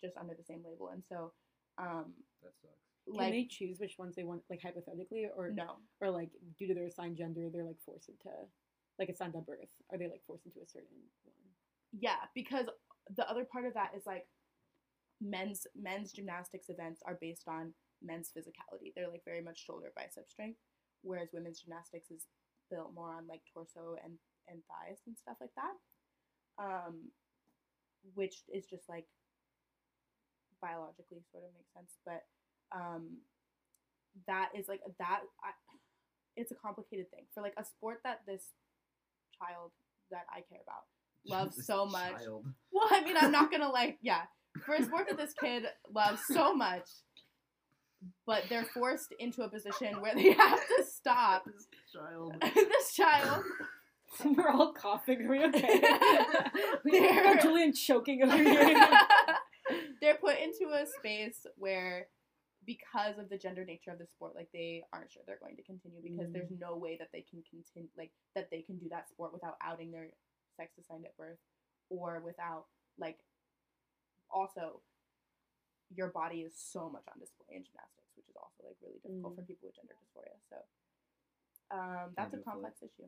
C: just under the same label. And so, um,
H: That sucks.
B: Can
C: like
B: they choose which ones they want, like hypothetically, or
C: no.
B: or like due to their assigned gender, they're like forced into, like assigned at birth, are they like forced into a certain one?
C: Yeah, because the other part of that is like men's men's gymnastics events are based on men's physicality. They're like very much shoulder bicep strength, whereas women's gymnastics is built more on like torso and and thighs and stuff like that. Um which is just like biologically sort of makes sense, but um that is like that I, it's a complicated thing for like a sport that this child that I care about loves so much.
H: Child.
C: Well, I mean, I'm not gonna like, yeah, for a sport that this kid loves so much, but they're forced into a position where they have to stop.
H: Child.
C: this child,
B: We're all coughing. Are we okay?
C: There-
B: We're Julian choking over here.
C: they're put into a space where, because of the gender nature of the sport, like they aren't sure they're going to continue because
B: Mm.
C: there's no way that they can continue, like that they can do that sport without outing their sex assigned at birth, or without like, also. Your body is so much on display in gymnastics, which is also like really
B: Mm.
C: difficult for people with gender dysphoria. So, um, that's
D: do
C: a
D: a flip?
C: complex issue.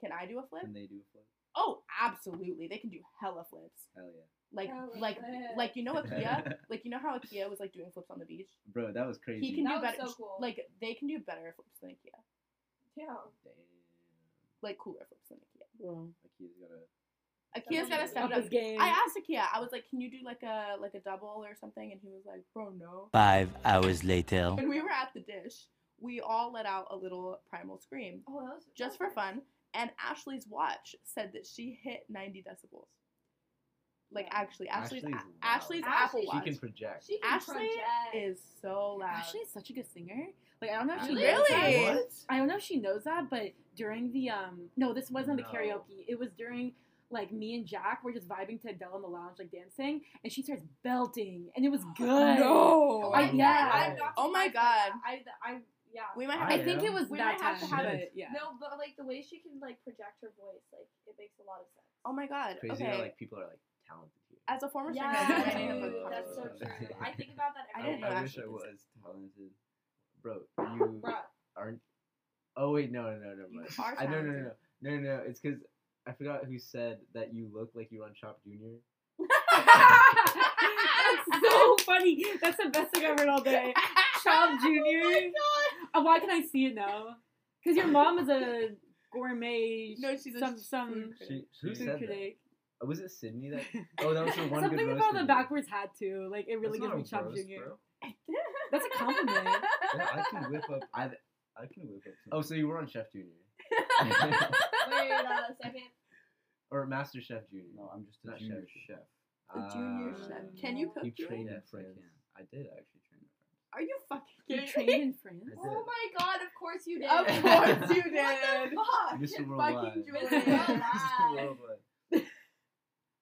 C: Can I do a flip?
D: Can they do a flip?
C: Oh, absolutely. They can do hella flips.
D: Hell yeah,
C: Like
E: Hella
C: like
E: flips.
C: like you know Akia? like you know how Akia was like doing flips on the beach?
D: bro, that was crazy.
C: He can do
E: That was
C: better
E: so cool.
C: like they can do better flips than Akia.
E: Yeah.
D: Damn,
C: Like cooler flips than Akia.
B: Well,
D: like he's gotta.
C: Akia's gotta step
B: up
C: it up.
B: his game.
C: I asked Akia, I was like, Can you do like a like a double or something? And he was like, Bro, no.
I: Five hours later.
C: When we were at the dish, we all let out a little primal scream.
E: Oh, that was
C: Just for fun. And Ashley's watch said that she hit ninety decibels. Like actually, Ashley's Ashley's,
D: Ashley's loud.
C: Ashley's Apple
E: Ashley-
D: She
C: Watch.
D: can project.
E: She can
C: Ashley
E: project.
C: is so loud.
B: Ashley is such a good singer. Like I don't know if she
C: Really?
B: knows that.
C: Really?
D: What?
B: I don't know if she knows that, but during the um no, this wasn't the
D: No.
B: karaoke. It was during like me and Jack were just vibing to Adele in the lounge, like dancing, and she starts belting, and it was good.
C: No.
B: I- yeah.
E: I'm not
C: Oh my
E: surprised by
C: God.
E: that. I, I, yeah.
C: We might have
B: I
D: Yeah.
B: think it was
C: We
B: that
C: might have to
B: time.
C: have
B: but
D: it.
B: Yeah.
E: No, but like the way she can like project her voice, like it makes a lot of sense.
C: Oh my god.
D: It's crazy
C: okay.
D: how like people are like talented here.
C: As a former singer,
E: Yeah,
C: I didn't
E: dude,
C: know that.
E: that's so true. I think about that
C: I
E: every
C: didn't
E: day.
C: know
D: I wish
C: Ashley
D: I
C: could
D: was talented, bro. You
E: Bruh,
D: aren't. Oh wait, no, no, no, no.
C: You
D: mind.
C: are
D: I no, no, no,
C: talented.
D: no, no, no. no, It's because I forgot who said that you look like you were on Shop Junior.
B: That's so funny. That's the best thing I've heard all day. Child Junior.
C: Oh
B: Uh, why can I see it now? Because your mom is a gourmet.
C: No, she's a
B: some
C: food
B: some
C: critic.
D: She, who
B: food
D: said that?
B: critic.
D: Oh, was it Sydney that? Oh, that was her one
B: Something
D: good roast
B: about the
D: review.
B: backwards hat too. Like it really
D: That's
B: gives me
D: not a
B: Chop
D: roast,
B: Junior.
D: bro.
B: That's a compliment.
D: Yeah, I can whip up. I,
H: I can whip up.
D: oh,
H: something.
D: so you were on Chef Junior,
E: wait on a second.
D: or Master Chef Junior?
H: no, I'm just a
D: Not
H: junior
D: chef.
H: chef.
C: A junior
B: Uh,
D: Ah.
C: chef. Can you cook?
D: You
C: junior?
D: train in
H: Yes, I
D: France.
H: can. I did actually train in France.
C: Are you fucking
B: You
C: kidding
B: trained
C: me?
B: in France.
H: I
E: Oh my god, of course you did.
C: Of course you did.
E: What the fuck?
D: Mr. Worldwide.
C: Fucking
E: Mr.
C: Julian.
D: Mr.
E: Worldwide.
D: Worldwide.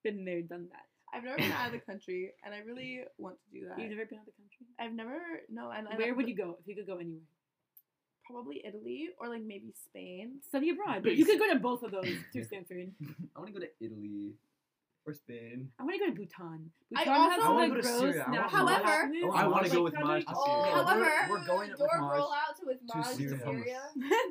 B: Been there, done that.
C: I've never been out of the country, and I really want to do
B: You've
C: that.
B: never been out of the country.
C: I've never no, and I
B: Where would you go if you could go anywhere?
C: Probably Italy or like maybe Spain.
B: Study abroad. But you could go to both of those through Stanford.
H: I want to go to Italy or Spain.
B: I want to go to Bhutan.
C: I
B: Bhutan has
C: also-
B: some
C: I
B: like
H: wanna go to
B: gross
H: Syria. I wanna
B: natural
C: go to-
B: happenings.
H: However-
D: I want to
H: Like,
D: go with
B: how
D: Maj
B: do
D: to
B: you-
E: Oh,
D: Syria.
C: However-
H: we're going with
E: door
H: Maj
E: roll out to with
H: to
E: Maj to
H: Syria.
E: Syria.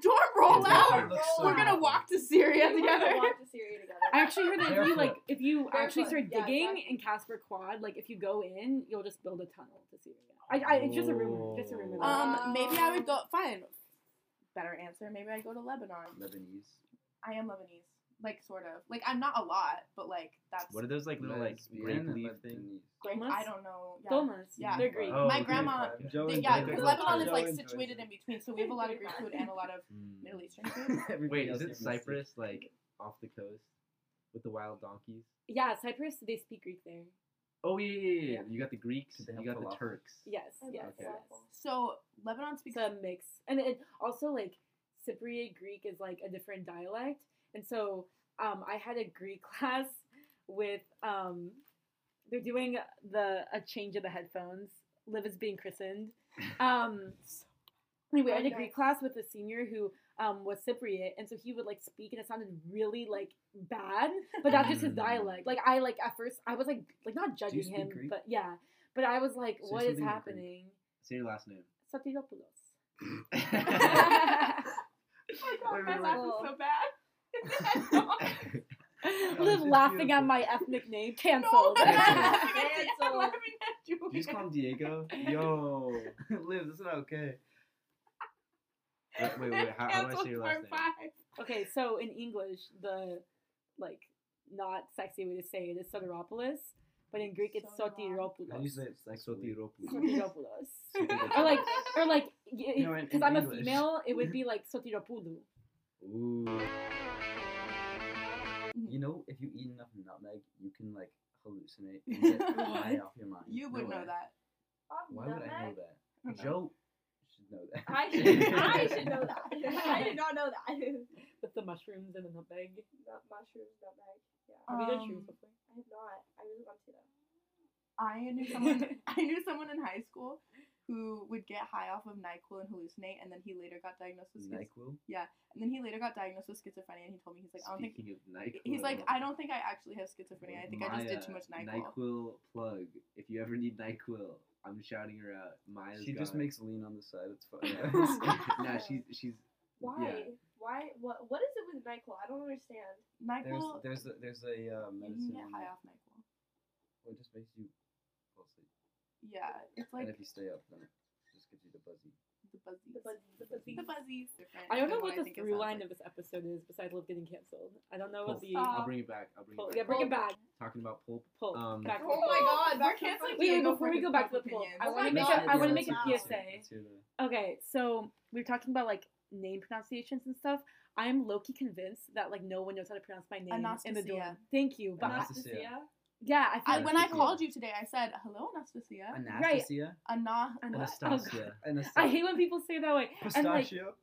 C: Dorm roll
H: Dorm
C: out.
H: looks so
C: We're gonna
H: beautiful.
C: walk to Syria
E: We wanna
C: together.
E: Walk to Syria together.
B: I actually heard that if you
H: Barefoot.
B: like if you actually start
E: Barefoot. Yeah,
B: digging
E: exactly.
B: in Casper Quad, like if you go in, you'll just build a tunnel to Syria. I, I it's just a rumor, just a rumor.
C: Um,
E: Wow.
C: maybe I would go. Fine. Better answer. Maybe I go to Lebanon.
H: Lebanese.
C: I am Lebanese, like sort of. Like I'm not a lot, but like that's
D: What are those like little like grape
H: Lesbian and
D: leaf things?
H: Lebanese.
C: great.
B: Domas?
C: I don't know. Yeah,
B: Domas.
C: Yeah.
B: They're Greek.
D: Oh,
C: My
D: okay.
C: grandma-
G: Joe
C: They-
G: and
C: yeah,
G: Joe
C: because
G: and
C: Lebanon
G: Joe
C: is like
G: and
C: situated in between, so we have a lot of Greek food and a lot of
D: Mm.
C: Middle Eastern food.
G: Everybody
D: Wait,
G: else
D: is
G: you're
D: it
G: missing.
D: Cyprus like off the coast with the wild donkeys?
B: Yeah, Cyprus they speak Greek there.
D: Oh yeah, yeah, yeah. yeah. You got the Greeks,
H: Do they
D: you
H: have
D: got the
H: falafel?
D: Turks.
B: Yes,
E: I love
B: yes,
D: Okay.
B: yes.
E: falafel.
C: So Lebanon
B: It's
C: speaks.
B: a mix, and it also like Cypriot Greek is like a different dialect, and so um, I had a Greek class with um, they're doing the a change of the headphones. Liv is being christened. Um, anyway, I had a
E: Oh,
B: Greek
E: nice.
B: class with a senior who um, was Cypriot, and so he would like speak, and it sounded really like bad, but that's just his
D: Mm.
B: dialect. Like I like at first I was like like not judging
H: speak
B: him,
H: Greek?
B: but yeah, but I was like,
H: Say
B: what is
H: something in Greek.
B: happening?
D: Say your last name.
B: Satidopoulos.
C: Oh my god, my laugh is so bad.
B: Live laughing at my ethnic name. Canceled.
C: I'm laughing at you.
D: you just call him Diego? Yo, Liv, this is not okay. Wait, wait, wait. How, how do I say your last name?
B: Okay, so in English, the like not sexy way to say it is soteropoulos, but in Greek it's
D: How do you say
B: sotiropoulos.
D: it? Like Sotiropoulos.
B: Sotiropoulos. or like, or like, because
D: No, in- in
B: I'm a
D: English.
B: female, it would be like sotiropoulou.
D: Ooh.
H: You know, if you eat enough nutmeg, you can like hallucinate and get high off your mind.
C: You would
H: No
C: know
H: way.
C: that.
H: Why would I know that?
C: I don't know.
H: Joe should know that.
E: I should, I should know that. I did not know that.
B: With the mushrooms and the nutmeg.
E: Nut mushrooms, nutmeg. Yeah.
B: Have you done
C: Um,
B: shrooms before?
E: I have not. I really want to though.
C: I knew someone. I knew someone in high school who would get high off of Nyquil and hallucinate, and then he later got diagnosed with schiz-
H: Nyquil.
C: and then he later got diagnosed with schizophrenia. And he told me he's like, I don't think.
D: Speaking of Nyquil,
C: He's like, I don't think I actually have schizophrenia. I think I just did too much
D: Maya,
C: Nyquil.
D: Nyquil plug. If you ever need Nyquil, I'm shouting her out. Maya's
H: She just
D: got it.
H: makes lean on the side. It's fun.
D: Yeah. nah, she's she's
E: Why?
D: Yeah.
E: Why? What? What is it with Nyquil? I don't understand.
H: there's
C: Nyquil.
H: there's a, there's a uh,
C: You can
H: medicine.
C: get high off Nyquil.
H: Well, it just makes you fall asleep.
C: Yeah, it's like
H: and if you stay up, then it just gives you the buzzy.
C: the buzzies.
E: The buzz, the buzz,
C: The buzzies. Different
B: I don't know
C: than
B: what the
C: I think it
B: through
C: sounds
B: line
C: like.
B: of this episode is besides love getting canceled. I don't know what
D: pulp.
B: the
C: Stop.
D: I'll bring it back. I'll bring
B: pulp.
D: it
B: Yeah,
D: back.
B: bring it back.
D: Talking about pulp.
B: Pulp.
D: Um,
B: back.
E: Oh my god,
C: We're
E: that's
C: canceling
B: Wait, wait,
C: Diego
B: before
C: for
B: we
C: his
B: go back to
C: public
B: the pulp,
C: opinions.
B: I
E: Oh
B: want
E: my
B: to make
E: God,
B: a, I want to
E: this
B: make
E: is
B: a PSA.
E: loud.
B: Okay, so we are talking about like name pronunciations and stuff. I am low key convinced that like no one knows how to pronounce my name in the dorm.
C: Anastasia.
B: Thank you, but I-
H: Anas- Anastasia.
B: yeah, I feel
C: I,
B: like
C: when I
H: Anastasia.
C: called you today, I said, "Hello, Anastasia."
H: Anastasia.
C: Ana.
B: Ana-
D: uh, Anastasia.
H: Anastasia.
B: I hate when people say it that way. And like,
H: Pistachio.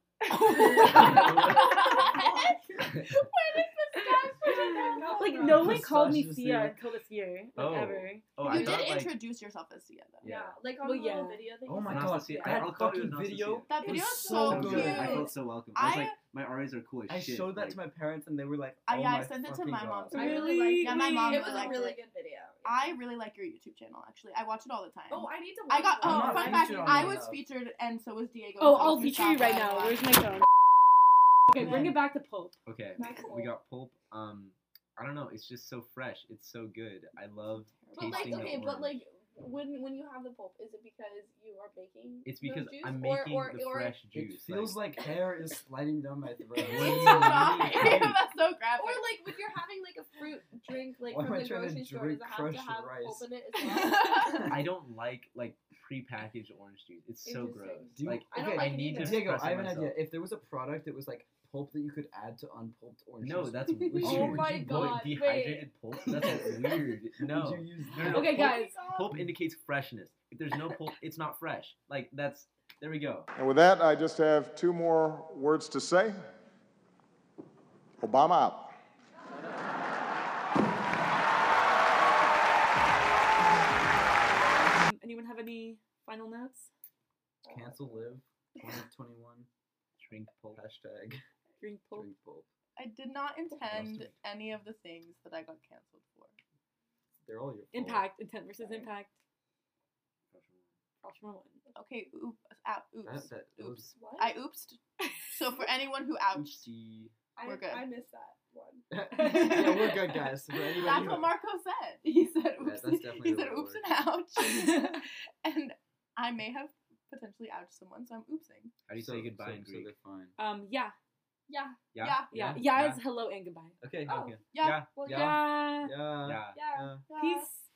B: like no one called me
H: Anastasia.
B: Sia until this year, like
D: Oh.
B: ever.
D: Oh, I
C: You
D: thought
C: did
D: like.
C: introduce yourself as Sia though.
E: Yeah,
D: yeah.
E: like on
B: Well,
E: the little
B: yeah.
E: video that
H: Oh
E: you
H: my
E: sent
H: God,
E: us.
H: see,
D: I,
H: That
D: I'll call you
H: fucking video
C: That
H: It was
C: video is
H: so
C: so
H: good.
C: cute.
D: I felt so welcome. I was
C: I-
D: like, my RAs are cool as
H: I
D: shit.
H: showed that
D: like,
H: to my parents and they were like,
C: I-
H: oh
C: yeah, I
H: my
C: sent it to
H: fucking
C: my
H: God.
C: mom.
E: I
C: I
E: really
C: really
E: like-
C: like. Yeah, my
B: Really?
C: mom
E: It
C: really
E: was a
C: liked
E: really
C: it.
E: good video.
C: I really like your YouTube channel. Actually, I watch it all the time.
E: Oh, I need to.
C: I got.
E: watch
C: Oh,
E: that.
H: not
C: fun fact:
H: featured on
C: I
H: it,
C: was
H: though.
C: featured, and so was Diego.
B: Oh,
C: so
B: I'll
C: we
B: feature you
C: stopped
B: right
C: by
B: now.
C: a lot.
B: Where's my phone? Okay, bring it back to pulp.
D: Okay,
E: Michael.
D: we got pulp. Um, I don't know. It's just so fresh. It's so good. I love
E: But like,
D: tasting the
E: okay, but
D: orange.
E: like, when when you have the pulp, is it because you are making?
D: It's
E: the
D: because
E: juice?
D: I'm
E: Or-
D: making
E: or-
D: the
E: or-
D: fresh
H: It
D: juice.
H: feels like hair is sliding down my throat.
C: It's not. That's so
E: Or
C: graphic.
E: like when you're having like a fruit drink like
H: Why am
E: from
H: I
E: the
H: trying to
E: grocery store, does
H: drink
E: it have to
H: crushed
E: have
H: rice?
E: open it as well?
D: I don't like like prepackaged orange juice. It's so
E: Interesting.
D: gross.
H: Do you-
D: like
E: I don't
H: okay,
E: like it
D: need
E: either.
D: to
H: Diego,
D: express it
H: I have an
D: myself.
H: idea. If there was a product that was like pulp that you could add to unpulped oranges,
D: No, that's weird.
H: Oh
E: my
D: You boil
E: God, wait.
D: Dehydrated pulp? That's weird. No.
H: would you use
D: No, no,
H: that?
D: no.
B: Okay,
D: pulp,
B: guys.
E: Oh
D: Pulp indicates freshness. If there's no pulp, it's not fresh. Like that's there we go.
L: And with that, I just have two more words to say Obama out.
B: Um, anyone have any final notes?
H: Cancel live 2021
D: Drink pulp.
H: hashtag
B: Drink pulp.
H: drink pulp.
C: I did not intend
H: week.
C: any of the things that I got canceled for.
H: They're all your fault.
B: Impact. Intent versus
H: Sorry.
B: impact. Option one.
C: Okay, oops, out, oops,
H: That, that,
C: oops.
H: oops.
E: What?
C: I oopsed. so for anyone who ouched,
H: Oopsie.
E: I,
C: we're good.
E: I missed that one.
H: yeah, we're good guys. For anybody
C: that's
H: who-
C: what Marco said. He said
H: Yeah,
C: oops.
H: that's definitely
C: he
H: the
C: said
H: right
C: oops
H: word.
C: and ouch. and I may have potentially ouched someone, so I'm oopsing.
D: How do you
H: So-
D: say goodbye
H: so-
D: in
H: So
D: Greek?
H: they're fine.
B: Um. Yeah.
E: Yeah.
C: yeah,
B: Yeah. Yeah.
D: Yeah.
B: is hello and goodbye.
H: Okay.
E: Oh,
H: okay.
C: Yeah.
D: Yeah.
E: Well,
H: Yeah.
B: Yeah.
H: Yeah.
D: Yeah.
H: Uh,
E: Yeah.
H: Yeah.
E: yeah.
B: Peace.